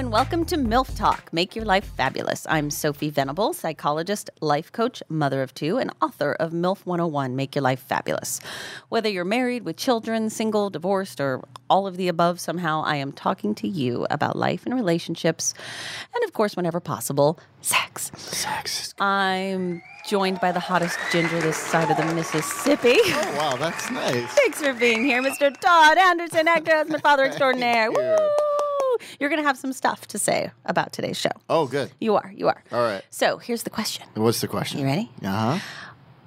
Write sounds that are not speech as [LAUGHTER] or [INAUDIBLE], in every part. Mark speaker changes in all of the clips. Speaker 1: Welcome to MILF Talk, Make Your Life Fabulous. I'm Sophie Venable, psychologist, life coach, mother of two, and author of MILF 101, Make Your Life Fabulous. Whether you're married, with children, single, divorced, or all of the above somehow, I am talking to you about life and relationships, and of course, whenever possible, sex.
Speaker 2: Sex.
Speaker 1: I'm joined by the hottest ginger this side of the Mississippi. [LAUGHS]
Speaker 2: Oh, wow, that's nice.
Speaker 1: Thanks for being here, Mr. Todd Anderson, actor, husband,
Speaker 2: [LAUGHS]
Speaker 1: father extraordinaire.
Speaker 2: you.
Speaker 1: Woo! You're going to have some stuff to say about today's show.
Speaker 2: Oh, good.
Speaker 1: You are, you are.
Speaker 2: All right.
Speaker 1: So here's the question
Speaker 2: What's the
Speaker 1: You
Speaker 2: question?
Speaker 1: ready?
Speaker 2: Uh huh.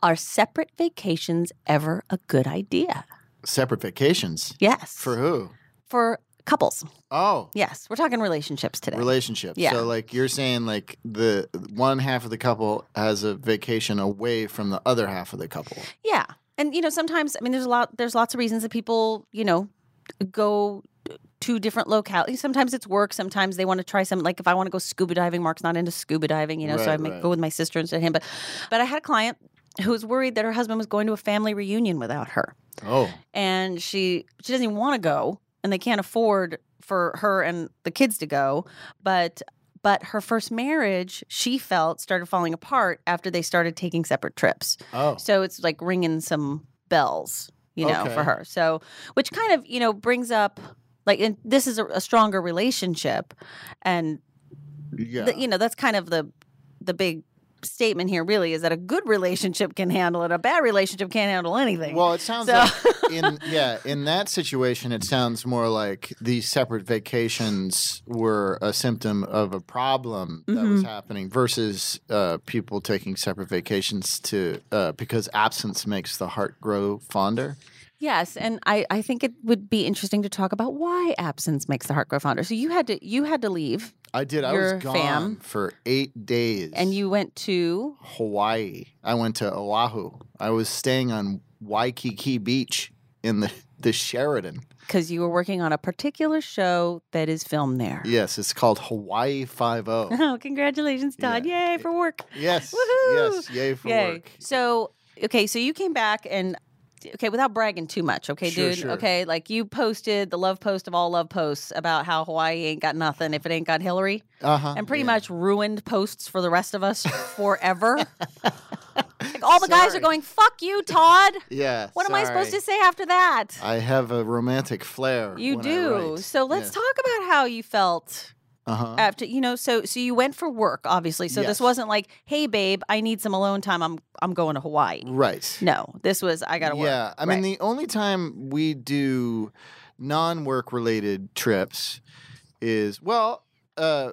Speaker 1: Are separate vacations ever a good idea?
Speaker 2: Separate vacations.
Speaker 1: Yes.
Speaker 2: For who?
Speaker 1: For couples.
Speaker 2: Oh,
Speaker 1: Yes. We're talking relationships today.
Speaker 2: relationship.
Speaker 1: Yeah.
Speaker 2: So, like, you're saying, like, the one half of the couple has a vacation away from the other half of the couple.
Speaker 1: Yeah. And you know, sometimes I mean there's a lot there's lots of reasons that people, you know, go to different localities. Sometimes it's work, sometimes they want to try something like if I want to go scuba diving, Mark's not into scuba diving, you know, so
Speaker 2: Right,
Speaker 1: I might
Speaker 2: right.
Speaker 1: go with my sister instead of him. But but I had a client who was worried that her husband was going to a family reunion without her.
Speaker 2: Oh,
Speaker 1: And she she doesn't even want to go and they can't afford for her and the kids to go. But but her first marriage, she felt, started falling apart after they started taking separate trips.
Speaker 2: oh.
Speaker 1: So it's like ringing some bells, you know,
Speaker 2: Okay.
Speaker 1: for her. So, which kind of, you know, brings up like and this is a, a stronger relationship, and
Speaker 2: Yeah.
Speaker 1: th- you know that's kind of the the big statement here. Really, is that a good relationship can handle it, a bad relationship can't handle anything.
Speaker 2: Well, it sounds
Speaker 1: So-
Speaker 2: like
Speaker 1: [LAUGHS]
Speaker 2: in yeah, in that situation, it sounds more like the separate vacations were a symptom of a problem that
Speaker 1: Mm-hmm.
Speaker 2: was happening versus uh, people taking separate vacations to uh, because absence makes the heart grow fonder.
Speaker 1: yes, and I I think it would be interesting to talk about why absence makes the heart grow fonder. So you had to you had to leave,
Speaker 2: I did. I
Speaker 1: Your
Speaker 2: was gone
Speaker 1: fam.
Speaker 2: for eight days,
Speaker 1: and you went to
Speaker 2: Hawaii. I went to Oahu. I was staying on Waikiki Beach in the the Sheridan.
Speaker 1: because you were working on a particular show that is filmed there.
Speaker 2: Yes, it's called Hawaii Five O.
Speaker 1: [LAUGHS] Oh, congratulations, Todd! Yay for work.
Speaker 2: Yes.
Speaker 1: [LAUGHS] Woohoo!
Speaker 2: Yes. Yay for
Speaker 1: Yay.
Speaker 2: work.
Speaker 1: So, okay, so you came back and okay, without bragging too much, okay,
Speaker 2: Sure,
Speaker 1: dude.
Speaker 2: sure.
Speaker 1: Okay, like you posted the love post of all love posts about how Hawaii ain't got nothing if it ain't got Hillary,
Speaker 2: Uh huh.
Speaker 1: and pretty much ruined posts for the rest of us
Speaker 2: [LAUGHS]
Speaker 1: forever. like all the guys are
Speaker 2: Sorry.
Speaker 1: going, "Fuck you, Todd."
Speaker 2: Yeah.
Speaker 1: What am I supposed to
Speaker 2: sorry. Uh,
Speaker 1: say after that?
Speaker 2: I have a romantic flair.
Speaker 1: you do. So let's talk about how you felt
Speaker 2: talk. Uh huh.
Speaker 1: after you know so so you went for work obviously so this
Speaker 2: Yes.
Speaker 1: wasn't like hey babe i need some alone time i'm i'm going to hawaii
Speaker 2: Right.
Speaker 1: no this was i gotta work
Speaker 2: Yeah. I mean, the only time we do non work related trips is, well, uh,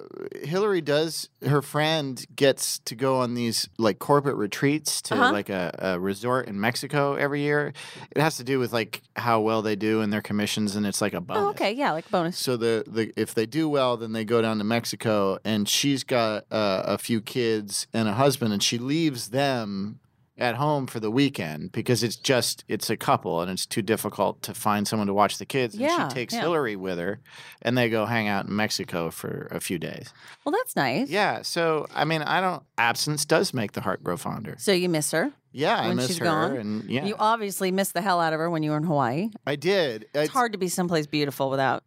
Speaker 2: Hillary does, her friend gets to go on these like corporate retreats to
Speaker 1: Uh-huh.
Speaker 2: like a, a resort in Mexico every year. It has to do with like how well they do and their commissions, and it's like a bonus.
Speaker 1: Oh, okay. Yeah, like bonus.
Speaker 2: So the, the if they do well, then they go down to Mexico, and she's got uh, a few kids and a husband, and she leaves them at home for the weekend because it's just it's a couple, and it's too difficult to find someone to watch the kids. And
Speaker 1: Yeah,
Speaker 2: she takes
Speaker 1: yeah.
Speaker 2: Hillary with her, and they go hang out in Mexico for a few days.
Speaker 1: Well, that's nice.
Speaker 2: Yeah. So I mean, I don't. Absence does make the heart grow fonder.
Speaker 1: So you miss her.
Speaker 2: Yeah, I
Speaker 1: When
Speaker 2: miss
Speaker 1: she's
Speaker 2: her,
Speaker 1: gone,
Speaker 2: and yeah,
Speaker 1: You obviously missed the hell out of her when you were in Hawaii. It's,
Speaker 2: I did. It's-
Speaker 1: hard to be someplace beautiful without.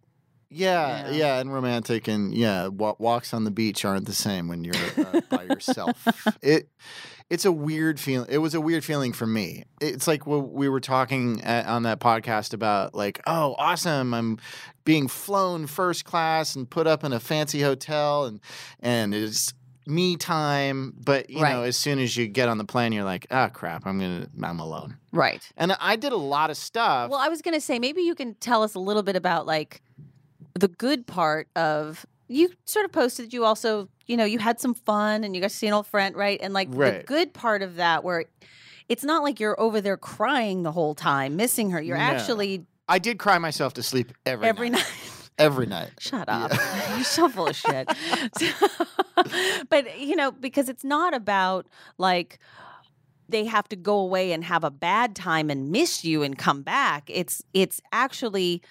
Speaker 2: Yeah,
Speaker 1: Yeah.
Speaker 2: yeah, and romantic, and yeah, wa- walks on the beach aren't the same when you're uh, by
Speaker 1: [LAUGHS]
Speaker 2: yourself. It, it's a weird feeling. It was a weird feeling for me. It's like when we were talking uh on that podcast about like, oh, awesome, I'm being flown first class and put up in a fancy hotel, and and it's me time. But you know,
Speaker 1: Right.
Speaker 2: as soon as you get on the plane, you're like, ah, crap, I'm gonna, I'm alone.
Speaker 1: Right.
Speaker 2: And I did a lot of stuff.
Speaker 1: Well, I was gonna say maybe you can tell us a little bit about like the good part of you. Sort of posted you also, you know, you had some fun and you got to see an old friend, right? And like the
Speaker 2: Right.
Speaker 1: good part of that, where it's not like you're over there crying the whole time, missing her. You're
Speaker 2: No.
Speaker 1: actually
Speaker 2: I did cry myself to sleep every
Speaker 1: every
Speaker 2: night.
Speaker 1: night.
Speaker 2: Every night.
Speaker 1: Shut
Speaker 2: Yeah.
Speaker 1: up.
Speaker 2: [LAUGHS]
Speaker 1: [LAUGHS] You're so full of shit. So- [LAUGHS] but, you know, because it's not about like they have to go away and have a bad time and miss you and come back. It's it's actually,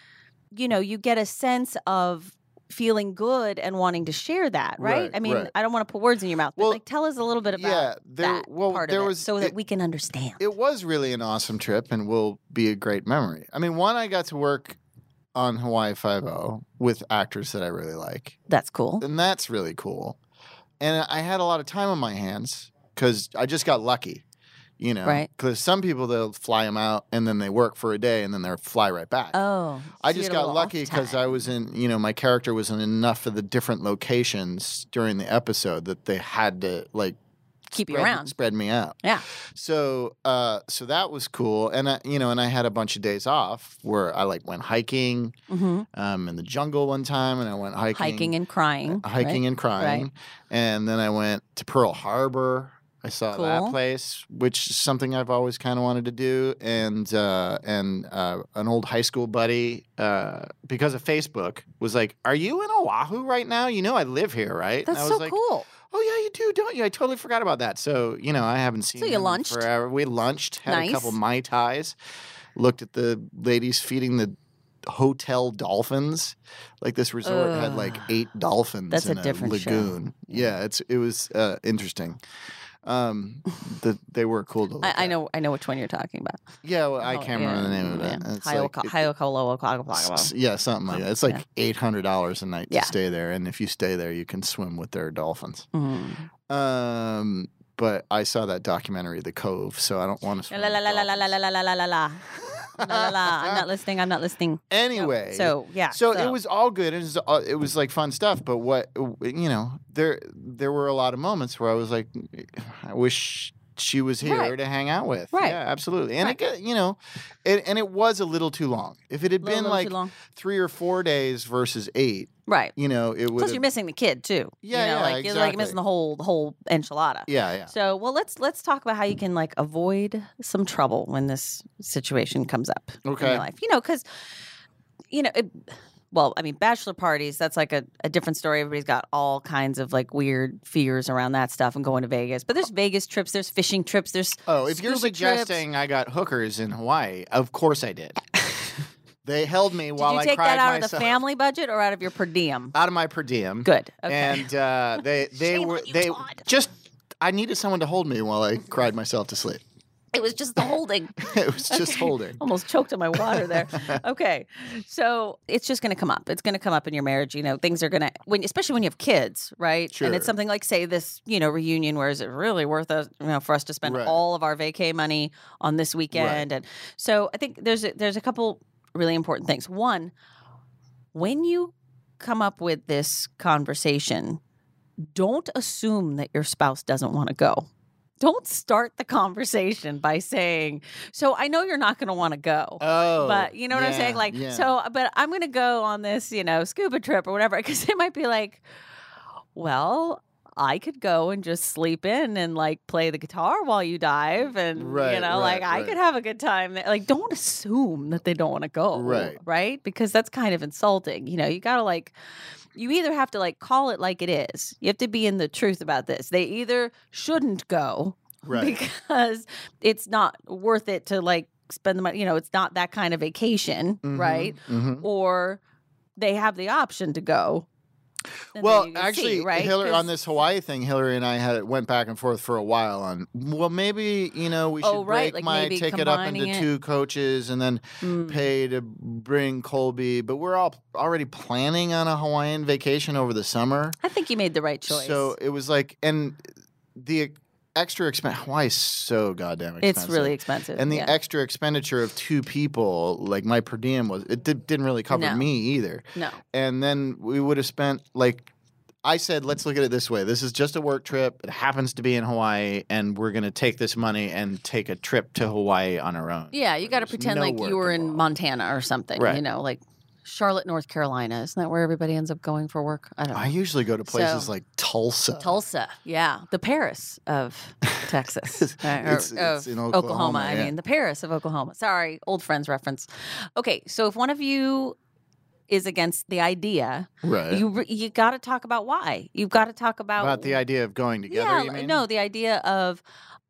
Speaker 1: you know, you get a sense of feeling good and wanting to share that, right?
Speaker 2: Right,
Speaker 1: I mean,
Speaker 2: right.
Speaker 1: I don't want to put words in your mouth,
Speaker 2: Well,
Speaker 1: but like tell us a little bit about
Speaker 2: yeah, there,
Speaker 1: that
Speaker 2: well,
Speaker 1: part
Speaker 2: there
Speaker 1: of it
Speaker 2: was
Speaker 1: so that
Speaker 2: it,
Speaker 1: we can understand.
Speaker 2: it was really an awesome trip and will be a great memory. I mean, one, I got to work on Hawaii Five O with actors that I really like,
Speaker 1: That's cool.
Speaker 2: and that's really cool. And I had a lot of time on my hands because I just got lucky, you know.
Speaker 1: Right.
Speaker 2: Because some people they'll fly them out and then they work for a day and then they'll fly right back.
Speaker 1: Oh,
Speaker 2: I
Speaker 1: so you
Speaker 2: just
Speaker 1: had a
Speaker 2: got
Speaker 1: little
Speaker 2: lucky
Speaker 1: off
Speaker 2: because I
Speaker 1: time.
Speaker 2: was in, you know, my character was in enough of the different locations during the episode that they had to like
Speaker 1: keep you
Speaker 2: spread,
Speaker 1: around.
Speaker 2: spread me out.
Speaker 1: Yeah.
Speaker 2: So, uh, so that was cool, and I, you know, and I had a bunch of days off where I like went hiking,
Speaker 1: hmm
Speaker 2: um, in the jungle one time, and I went hiking,
Speaker 1: Hiking and crying. right?
Speaker 2: hiking and crying, and then I went to Pearl Harbor. I saw that
Speaker 1: Cool.
Speaker 2: place, which is something I've always kind of wanted to do, and uh, and uh, an old high school buddy uh, because of Facebook was like, "Are you in Oahu right now? You know I live here, right?" and I
Speaker 1: That's
Speaker 2: was
Speaker 1: so
Speaker 2: like,
Speaker 1: cool.
Speaker 2: Oh yeah, you do, don't you? I totally forgot about that. So you know, I haven't seen.
Speaker 1: So you
Speaker 2: him in
Speaker 1: lunched?
Speaker 2: forever. We lunched, had
Speaker 1: Nice.
Speaker 2: a couple mai tais, looked at the ladies feeding the hotel dolphins. Like this resort had like
Speaker 1: Ugh.
Speaker 2: eight dolphins.
Speaker 1: That's a
Speaker 2: in
Speaker 1: different show.
Speaker 2: lagoon. Yeah, it's it was uh, interesting. Um, the, they were cool to look.
Speaker 1: I, I
Speaker 2: at.
Speaker 1: know. I know which one you're talking about. Oh,
Speaker 2: Yeah, well, I can't remember the name of it. It's like- it- s- s-
Speaker 1: it.
Speaker 2: yeah, something like that. It's like eight hundred dollars a night
Speaker 1: Yeah.
Speaker 2: to stay there, and if you stay there, you can swim with their dolphins.
Speaker 1: Mm-hmm.
Speaker 2: Um, but I saw that documentary, The Cove, so I don't want to.
Speaker 1: La la la la la la la la la la la la. La, la, la. I'm not listening. I'm not listening. Nope.
Speaker 2: [LAUGHS] Anyway,
Speaker 1: so yeah.
Speaker 2: so, it was all good. It was all, it was like fun stuff. But what you know, there there were a lot of moments where I was like, I wish she was here
Speaker 1: Right.
Speaker 2: to hang out with.
Speaker 1: Right.
Speaker 2: Yeah, absolutely. And
Speaker 1: Right.
Speaker 2: it it you know, it, and it was a little too long. If it had
Speaker 1: Little,
Speaker 2: been
Speaker 1: little
Speaker 2: like
Speaker 1: too long.
Speaker 2: three or four days versus eight,
Speaker 1: right.
Speaker 2: you know, it would.
Speaker 1: Plus, you're missing the kid too.
Speaker 2: Yeah,
Speaker 1: you know,
Speaker 2: yeah,
Speaker 1: like you're like
Speaker 2: exactly.
Speaker 1: missing the whole the whole enchilada.
Speaker 2: Yeah, yeah.
Speaker 1: So well, let's let's talk about how you can like avoid some trouble when this situation comes up in
Speaker 2: Okay.
Speaker 1: your life. You know, because you know, it, well, I mean, bachelor parties. That's like a, a different story. Everybody's got all kinds of like weird fears around that stuff and going to Vegas. But there's Vegas trips. There's fishing trips. There's
Speaker 2: Oh, if you're
Speaker 1: scuba trips.
Speaker 2: suggesting I got hookers in Hawaii, of course
Speaker 1: [LAUGHS]
Speaker 2: I did. they held me
Speaker 1: Did
Speaker 2: while
Speaker 1: you
Speaker 2: I
Speaker 1: take that
Speaker 2: cried
Speaker 1: out
Speaker 2: myself
Speaker 1: of the family budget or out of your per diem?
Speaker 2: out of my per diem.
Speaker 1: Good. Okay.
Speaker 2: And uh,
Speaker 1: [LAUGHS]
Speaker 2: they they
Speaker 1: Shame
Speaker 2: were
Speaker 1: on you,
Speaker 2: they
Speaker 1: Todd.
Speaker 2: just I needed someone to hold me while I cried myself to sleep. [LAUGHS]
Speaker 1: it was just the holding.
Speaker 2: it was just
Speaker 1: Okay. [LAUGHS]
Speaker 2: [LAUGHS] holding.
Speaker 1: Almost choked on my water there. okay. So it's just going to come up. It's going to come up in your marriage. You know, things are going to, when especially when you have kids, right? And
Speaker 2: Sure.
Speaker 1: it's something like, say, this, you know, reunion where is it really worth us, you know, for us to spend
Speaker 2: Right.
Speaker 1: all of our vacay money on this weekend? And so I think there's a, there's a couple really important things. One, when you come up with this conversation, don't assume that your spouse doesn't want to go. Don't start the conversation by saying, "So I know you're not going to want to go."
Speaker 2: Oh,
Speaker 1: but you know what I'm saying?
Speaker 2: yeah,
Speaker 1: Like,
Speaker 2: yeah.
Speaker 1: so, [LAUGHS] uh, but I'm going to go on this, you know, scuba trip or whatever. [LAUGHS] Cause it might be like, well, I could go and just sleep in and like play the guitar while you dive. And, you
Speaker 2: Right,
Speaker 1: know,
Speaker 2: right,
Speaker 1: like I
Speaker 2: right.
Speaker 1: could have a good time. there. Like, don't assume that they don't want to go.
Speaker 2: Right.
Speaker 1: Right. Because that's kind of insulting. You know, you got to like, you either have to like call it like it is. You have to be in the truth about this. They either shouldn't go
Speaker 2: right.
Speaker 1: because it's not worth it to like spend the money. You know, it's not that kind of vacation,
Speaker 2: Mhm,
Speaker 1: right?
Speaker 2: mhm.
Speaker 1: Or they have the option to go. And then
Speaker 2: Well,
Speaker 1: you can see,
Speaker 2: actually,
Speaker 1: right?
Speaker 2: Hillary
Speaker 1: 'Cause-
Speaker 2: on this Hawaii thing, Hillary and I had went back and forth for a while on. Well, maybe you know we should
Speaker 1: Oh, right,
Speaker 2: break
Speaker 1: like
Speaker 2: my
Speaker 1: maybe
Speaker 2: ticket up
Speaker 1: combining
Speaker 2: into
Speaker 1: it.
Speaker 2: two coaches and then
Speaker 1: Mm.
Speaker 2: pay to bring Colby. But we're all already planning on a Hawaiian vacation over the summer.
Speaker 1: I think you made the right choice.
Speaker 2: So it was like, and the e, extra expense. Hawaii's so goddamn
Speaker 1: it's
Speaker 2: expensive.
Speaker 1: really expensive.
Speaker 2: And the
Speaker 1: yeah.
Speaker 2: extra expenditure of two people, like my per diem was, it did, didn't really cover
Speaker 1: No.
Speaker 2: me either.
Speaker 1: no,
Speaker 2: And then we would have spent like. I said, let's look at it this way. This is just a work trip. It happens to be in Hawaii, and we're going to take this money and take a trip to Hawaii on our own.
Speaker 1: yeah, you got to
Speaker 2: There's
Speaker 1: pretend
Speaker 2: no
Speaker 1: like
Speaker 2: work
Speaker 1: you were in
Speaker 2: involved.
Speaker 1: Montana or something. You
Speaker 2: Right.
Speaker 1: know, like Charlotte, North Carolina. Isn't that where everybody ends up going for work? I don't know.
Speaker 2: I usually go to places
Speaker 1: So-
Speaker 2: like Tulsa.
Speaker 1: Tulsa, yeah, the Paris
Speaker 2: [LAUGHS]
Speaker 1: of Texas, Uh, or-
Speaker 2: It's- it's
Speaker 1: of
Speaker 2: in
Speaker 1: Oklahoma.
Speaker 2: Oklahoma,
Speaker 1: I
Speaker 2: yeah.
Speaker 1: mean, the Paris of Oklahoma. Sorry, old friends reference. Okay, so if one of you is against the idea,
Speaker 2: Right.
Speaker 1: you re- you got to talk about why. You've got to talk about
Speaker 2: Uh, About the idea of going together,
Speaker 1: yeah,
Speaker 2: you
Speaker 1: like-
Speaker 2: mean?
Speaker 1: no, the idea of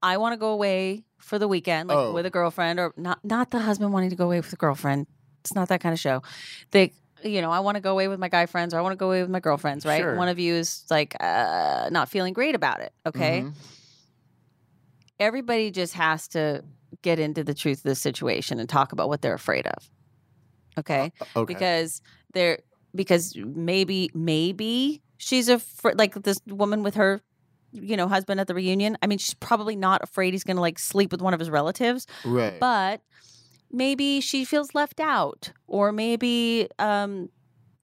Speaker 1: I want to go away for the weekend, like
Speaker 2: Oh.
Speaker 1: with a girlfriend, or not not the husband wanting to go away with a girlfriend. It's not that kind of show. They, you know, I want to go away with my guy friends, or I want to go away with my girlfriends, right?
Speaker 2: Sure.
Speaker 1: One of you is like uh, not feeling great about it. Okay,
Speaker 2: Mhm. Mm-hmm.
Speaker 1: everybody just has to get into the truth of the situation and talk about what they're afraid of. Okay.
Speaker 2: Okay.
Speaker 1: because there because maybe maybe she's a fr- like this woman with her you know husband at the reunion i mean she's probably not afraid he's going to like sleep with one of his relatives
Speaker 2: right.
Speaker 1: but maybe she feels left out or maybe um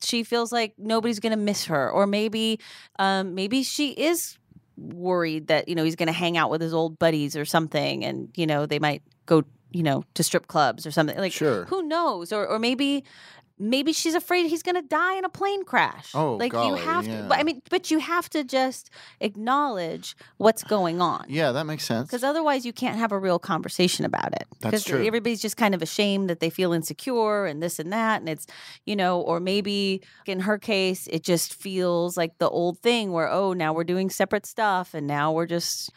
Speaker 1: she feels like nobody's going to miss her or maybe um maybe she is worried that you know he's going to hang out with his old buddies or something and you know they might go you know to strip clubs or something like
Speaker 2: sure.
Speaker 1: who knows or or maybe maybe she's afraid he's going to die in a plane crash
Speaker 2: Oh,
Speaker 1: like you
Speaker 2: golly,
Speaker 1: have to
Speaker 2: yeah.
Speaker 1: but i mean but you have to just acknowledge what's going on
Speaker 2: yeah, that makes sense.
Speaker 1: because otherwise you can't have a real conversation about it
Speaker 2: That's
Speaker 1: because
Speaker 2: true.
Speaker 1: everybody's just kind of ashamed that they feel insecure and this and that and it's you know or maybe in her case it just feels like the old thing where oh now we're doing separate stuff and now we're just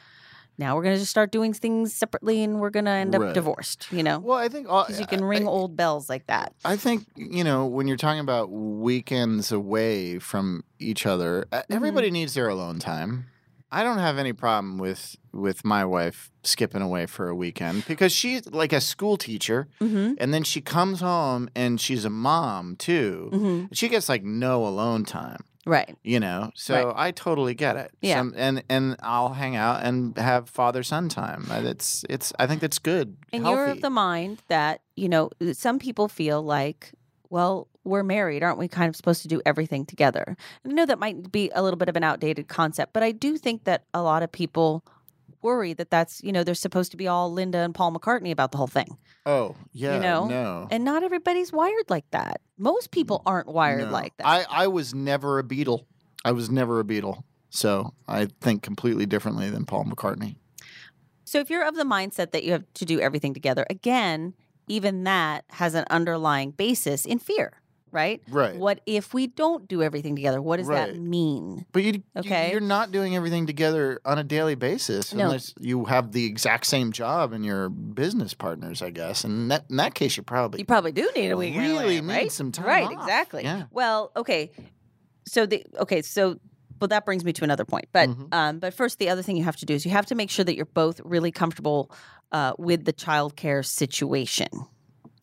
Speaker 1: now we're going to just start doing things separately and we're going to end up
Speaker 2: Right.
Speaker 1: divorced you know
Speaker 2: well, I think all,
Speaker 1: because you can ring
Speaker 2: I,
Speaker 1: old bells like that.
Speaker 2: I think you know when you're talking about weekends away from each other, uh,
Speaker 1: Mm-hmm.
Speaker 2: everybody needs their alone time. I don't have any problem with with my wife skipping away for a weekend because she's like a school teacher,
Speaker 1: Mm-hmm.
Speaker 2: and then she comes home and she's a mom too.
Speaker 1: Mm-hmm.
Speaker 2: She gets like no alone time,
Speaker 1: Right.
Speaker 2: you know. So I totally get it.
Speaker 1: Yeah.
Speaker 2: Some- and and I'll hang out and have father son time. Uh, It's it's I think that's good.
Speaker 1: And
Speaker 2: healthy.
Speaker 1: you're of the mind that, you know, uh, some people feel like, well, we're married. Aren't we kind of supposed to do everything together? And I know that might be a little bit of an outdated concept, but I do think that a lot of people worry that that's, you know, they're supposed to be all Linda and Paul McCartney about the whole thing.
Speaker 2: oh yeah
Speaker 1: know,
Speaker 2: no
Speaker 1: And not everybody's wired like that. Most people aren't wired
Speaker 2: No.
Speaker 1: like that.
Speaker 2: I, I was never a Beatle. I was never a Beatle. So I think completely differently than Paul McCartney.
Speaker 1: So if you're of the mindset that you have to do everything together, again, even that has an underlying basis in fear, right?
Speaker 2: Right.
Speaker 1: What if we don't do everything together? What does that
Speaker 2: Right.
Speaker 1: mean?
Speaker 2: But you,
Speaker 1: Okay.
Speaker 2: you, are not doing everything together on a daily basis
Speaker 1: No.
Speaker 2: unless you have the exact same job and you're business partners, I guess. And that, in that case, you probably.
Speaker 1: You probably do need a weekend,
Speaker 2: Really
Speaker 1: away,
Speaker 2: need
Speaker 1: right?
Speaker 2: some time
Speaker 1: Right,
Speaker 2: off.
Speaker 1: exactly.
Speaker 2: Yeah.
Speaker 1: Well, okay. So the okay, so well that brings me to another point. But
Speaker 2: Mhm.
Speaker 1: um, but first the other thing you have to do is you have to make sure that you're both really comfortable uh, with the childcare situation.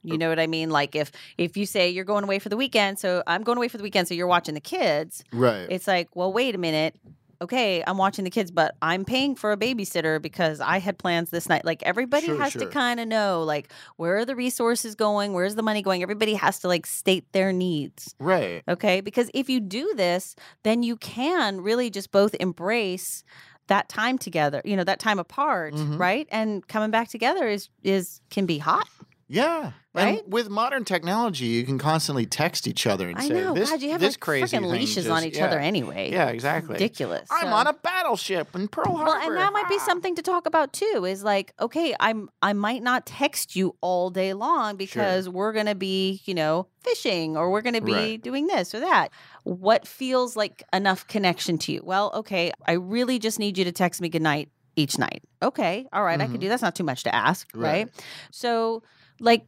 Speaker 1: You know what I mean? Like if if you say you're going away for the weekend, so I'm going away for the weekend, so you're watching the kids.
Speaker 2: right.
Speaker 1: It's like, well, wait a minute. Okay, I'm watching the kids, but I'm paying for a babysitter because I had plans this night. Like everybody
Speaker 2: Sure,
Speaker 1: has to
Speaker 2: sure.
Speaker 1: kind of know like where are the resources going? Where's the money going? Everybody has to like state their needs.
Speaker 2: right.
Speaker 1: Okay? Because if you do this, then you can really just both embrace that time together, you know, that time apart,
Speaker 2: Mhm.
Speaker 1: right? And coming back together is is can be hot.
Speaker 2: Yeah.
Speaker 1: Right?
Speaker 2: And with modern technology, you can constantly text each other and
Speaker 1: I
Speaker 2: say,
Speaker 1: know.
Speaker 2: this,
Speaker 1: God, you have
Speaker 2: this
Speaker 1: like
Speaker 2: crazy
Speaker 1: freaking
Speaker 2: thing
Speaker 1: leashes
Speaker 2: just-
Speaker 1: on each
Speaker 2: yeah.
Speaker 1: other anyway.
Speaker 2: Yeah,
Speaker 1: It's
Speaker 2: exactly.
Speaker 1: ridiculous.
Speaker 2: I'm
Speaker 1: So-
Speaker 2: on a battleship in Pearl Harbor.
Speaker 1: Well, and that might be
Speaker 2: Ah.
Speaker 1: something to talk about too. Is like, okay, I'm I might not text you all day long because we're gonna be, you know, fishing or we're gonna be
Speaker 2: Right.
Speaker 1: doing this or that. What feels like enough connection to you? Well, okay, I really just need you to text me goodnight each night. Okay, all right, I can
Speaker 2: Mhm.
Speaker 1: do that's not too much to ask, right?
Speaker 2: Right.
Speaker 1: So like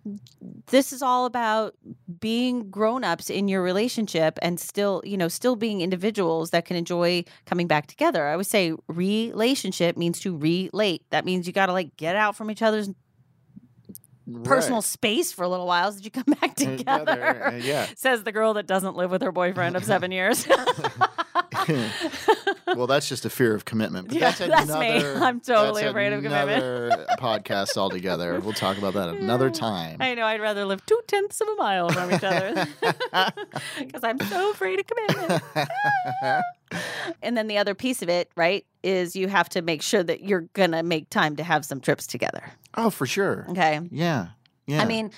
Speaker 1: this is all about being grown-ups in your relationship and still you know still being individuals that can enjoy coming back together i would say relationship means to relate that means you got to like get out from each other's personal [LAUGHS]
Speaker 2: Right.
Speaker 1: space for a little while so that you come [LAUGHS] back together,
Speaker 2: uh, yeah.
Speaker 1: [LAUGHS] says the girl that doesn't live with her boyfriend of seven
Speaker 2: [LAUGHS]
Speaker 1: years
Speaker 2: Well, that's just a fear of commitment. But
Speaker 1: Yeah,
Speaker 2: that's,
Speaker 1: [LAUGHS] that's me.
Speaker 2: another,
Speaker 1: I'm totally
Speaker 2: that's
Speaker 1: afraid of commitment.
Speaker 2: Another podcast altogether. We'll talk
Speaker 1: [LAUGHS]
Speaker 2: about that another
Speaker 1: Yeah.
Speaker 2: time. [LAUGHS]
Speaker 1: I know. I'd rather live two tenths of a mile from each other [LAUGHS] because I'm so afraid of commitment. And then the other piece of it, right, is you have to make sure that you're going to make time to have some trips together.
Speaker 2: oh, for sure.
Speaker 1: Okay.
Speaker 2: Yeah. Yeah.
Speaker 1: I mean,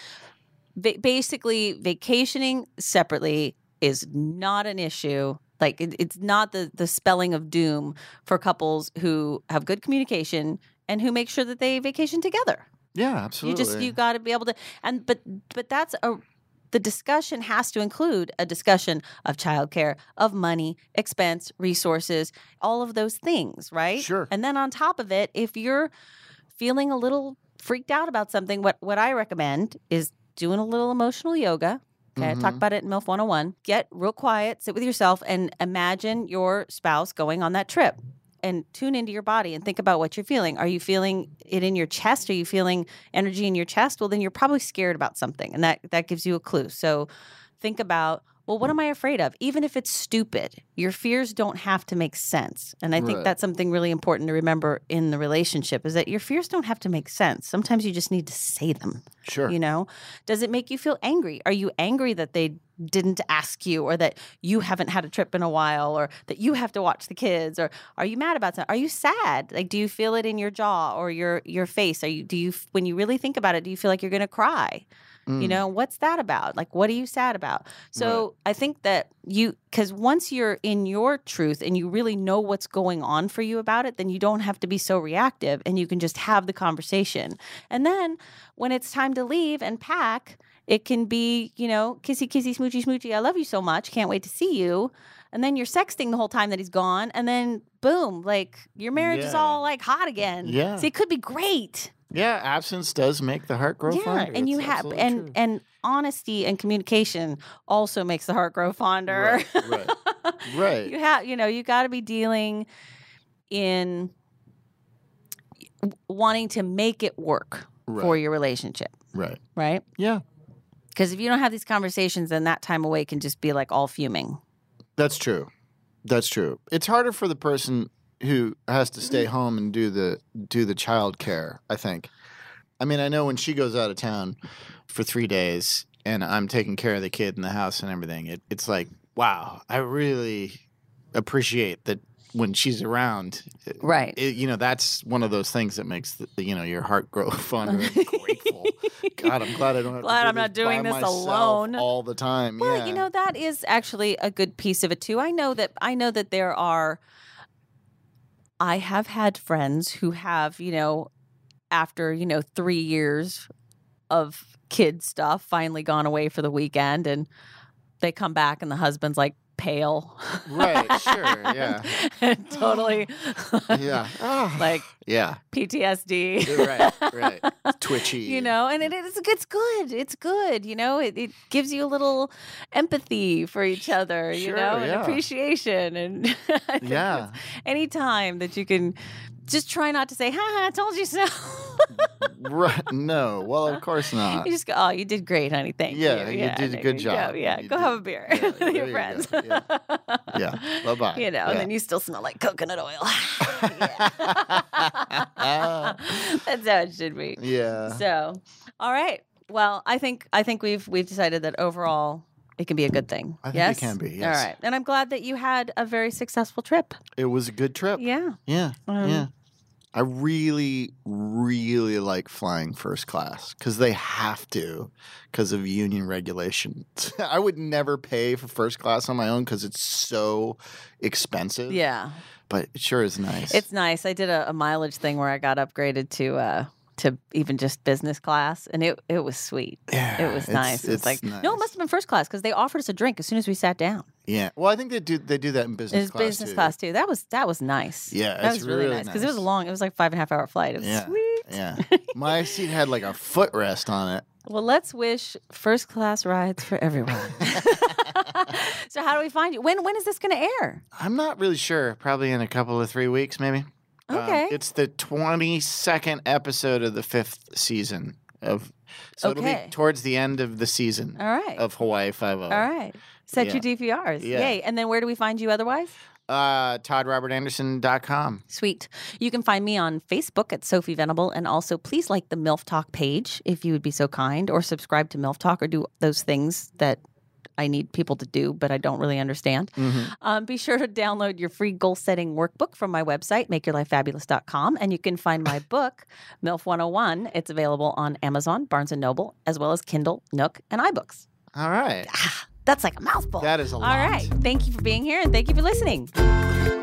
Speaker 1: va- basically, vacationing separately is not an issue. Like, it, it's not the, the spelling of doom for couples who have good communication and who make sure that they vacation together.
Speaker 2: yeah, absolutely.
Speaker 1: You just you got to be able to and but but that's a the discussion has to include a discussion of childcare, of money, expense, resources, all of those things, right?
Speaker 2: Sure.
Speaker 1: And then on top of it, if you're feeling a little freaked out about something, what what I recommend is doing a little emotional yoga. Okay, I talk
Speaker 2: Mhm.
Speaker 1: about it in MILF 101. Get real quiet, sit with yourself, and imagine your spouse going on that trip and tune into your body and think about what you're feeling. Are you feeling it in your chest? Are you feeling energy in your chest? Well, then you're probably scared about something, and that that gives you a clue. So think about well, what am I afraid of? Even if it's stupid, your fears don't have to make sense. And I think
Speaker 2: Right.
Speaker 1: that's something really important to remember in the relationship is that your fears don't have to make sense. Sometimes you just need to say them.
Speaker 2: Mm-hmm. Sure.
Speaker 1: You know, does it make you feel angry? Are you angry that they didn't ask you or that you haven't had a trip in a while or that you have to watch the kids or are you mad about something? Are you sad? Like do you feel it in your jaw or your your face? Are you do you when you really think about it, do you feel like you're going to cry? You
Speaker 2: Mm.
Speaker 1: know, what's that about? Like what are you sad about? So, I think that you cuz once you're in your truth and you really know what's going on for you about it, then you don't have to be so reactive and you can just have the conversation. And then when it's time to leave and pack, it can be, you know, kissy, kissy, smoochy, smoochy. I love you so much. Can't wait to see you. And then you're sexting the whole time that he's gone. And then boom, like your marriage is
Speaker 2: Yeah.
Speaker 1: all like hot again.
Speaker 2: Yeah.
Speaker 1: So it could be great.
Speaker 2: Yeah, absence does make the heart grow fonder.
Speaker 1: And you
Speaker 2: It's
Speaker 1: have,
Speaker 2: absolutely
Speaker 1: and,
Speaker 2: true.
Speaker 1: and honesty and communication also makes the heart grow fonder.
Speaker 2: Right, right. right.
Speaker 1: [LAUGHS] you have you know you got to be dealing in wanting to make it work for
Speaker 2: Right.
Speaker 1: your relationship
Speaker 2: right.
Speaker 1: right
Speaker 2: Yeah,
Speaker 1: because if you don't have these conversations then that time away can just be like all fuming
Speaker 2: that's true. That's true. It's harder for the person who has to stay home and do the do the child care, I think. I mean, I know when she goes out of town for 3 days and I'm taking care of the kid in the house and everything, it, it's like, wow, I really appreciate that when she's around.
Speaker 1: [LAUGHS] right
Speaker 2: It, you know, that's one of those things that makes the, you know, your heart grow [LAUGHS] fonder
Speaker 1: [LAUGHS]
Speaker 2: and grateful. God, I'm glad I don't. Have
Speaker 1: Glad
Speaker 2: to do
Speaker 1: I'm not
Speaker 2: this by
Speaker 1: doing this
Speaker 2: myself
Speaker 1: alone.
Speaker 2: all the time.
Speaker 1: well
Speaker 2: yeah.
Speaker 1: you know that is actually a good piece of it too i know that i know that there are i have had friends who have you know after you know three years of kid stuff finally gone away for the weekend and they come back and the husband's like pale
Speaker 2: [LAUGHS]
Speaker 1: [LAUGHS]
Speaker 2: right? Sure, yeah,
Speaker 1: and totally [LAUGHS]
Speaker 2: yeah, Ah.
Speaker 1: like [LAUGHS]
Speaker 2: yeah.
Speaker 1: ptsd
Speaker 2: You're right, right. Twitchy,
Speaker 1: you know [LAUGHS] and it is it's good it's good you know it, it gives you a little empathy for each other you
Speaker 2: Sure,
Speaker 1: know and
Speaker 2: yeah.
Speaker 1: appreciation and [LAUGHS] I think
Speaker 2: Yeah,
Speaker 1: any time that you can just try not to say ha ha I told you so [LAUGHS]
Speaker 2: right. No, well, of course
Speaker 1: [LAUGHS]
Speaker 2: not.
Speaker 1: you just go oh you did great honey thank
Speaker 2: Uh, Yeah,
Speaker 1: you
Speaker 2: you did a
Speaker 1: there
Speaker 2: good
Speaker 1: you go.
Speaker 2: job.
Speaker 1: yeah
Speaker 2: You
Speaker 1: go
Speaker 2: did-
Speaker 1: have a beer [LAUGHS]
Speaker 2: yeah,
Speaker 1: with
Speaker 2: there
Speaker 1: your
Speaker 2: you go.
Speaker 1: friends [LAUGHS]
Speaker 2: Yeah. Yeah, bye-bye.
Speaker 1: you know
Speaker 2: Yeah.
Speaker 1: and then you still smell like coconut oil [LAUGHS]
Speaker 2: [LAUGHS]
Speaker 1: Yeah. [LAUGHS] that's how it should be
Speaker 2: Yeah,
Speaker 1: So, all right. Well, I think I think we've we've decided that overall it can be a good thing.
Speaker 2: I think it
Speaker 1: yes?
Speaker 2: can be, yes.
Speaker 1: All right. And I'm glad that you had a very successful trip.
Speaker 2: it was a good trip.
Speaker 1: Yeah.
Speaker 2: Yeah.
Speaker 1: Um,
Speaker 2: yeah. I really, really like flying first class because they have to because of union regulations. [LAUGHS] I would never pay for first class on my own because it's so expensive.
Speaker 1: Yeah.
Speaker 2: But it sure is nice.
Speaker 1: It's nice. I did a, a mileage thing where I got upgraded to uh to even just business class and it it was sweet.
Speaker 2: yeah,
Speaker 1: It was nice. It was like
Speaker 2: Ah, nice.
Speaker 1: no, it must have been first class because they offered us a drink as soon as we sat down.
Speaker 2: Yeah. Well, I think they do they do that in
Speaker 1: It
Speaker 2: business
Speaker 1: was
Speaker 2: class.
Speaker 1: business
Speaker 2: too.
Speaker 1: class too. That was that was nice.
Speaker 2: Yeah,
Speaker 1: that
Speaker 2: it's
Speaker 1: was really,
Speaker 2: really
Speaker 1: nice because it was a
Speaker 2: nice.
Speaker 1: long. It was like five and a half hour flight. It was
Speaker 2: Yeah.
Speaker 1: sweet. [LAUGHS]
Speaker 2: Yeah. My seat had like a footrest on it.
Speaker 1: Well, let's wish first class rides for
Speaker 2: [LAUGHS]
Speaker 1: everyone. [LAUGHS] so, how do we find you? When when is this going to air?
Speaker 2: I'm not really sure. Probably in a couple of three weeks, maybe. Um,
Speaker 1: Okay.
Speaker 2: it's the 22nd episode of the fifth season of. So it'll
Speaker 1: Okay.
Speaker 2: be towards the end of the season
Speaker 1: All right.
Speaker 2: of Hawaii Five O.
Speaker 1: All right. Set
Speaker 2: Oh, yeah.
Speaker 1: your DVRs.
Speaker 2: Yeah.
Speaker 1: Yay. And then where do we find you otherwise?
Speaker 2: Uh, ToddRobertAnderson.com.
Speaker 1: Sweet. You can find me on Facebook at Sophie Venable. And also, please like the MILF Talk page if you would be so kind, or subscribe to MILF Talk, or do those things that I need people to do, but I don't really understand. Um, be sure to download your free goal setting workbook from my website, makeyourlifefabulous.com. And you can find
Speaker 2: [LAUGHS]
Speaker 1: my book, MILF 101. It's available on Amazon, Barnes and Noble, as well as Kindle, Nook, and iBooks.
Speaker 2: All right.
Speaker 1: That's like a mouthful.
Speaker 2: That is a
Speaker 1: All
Speaker 2: lot.
Speaker 1: right. Thank you for being here and thank you for listening.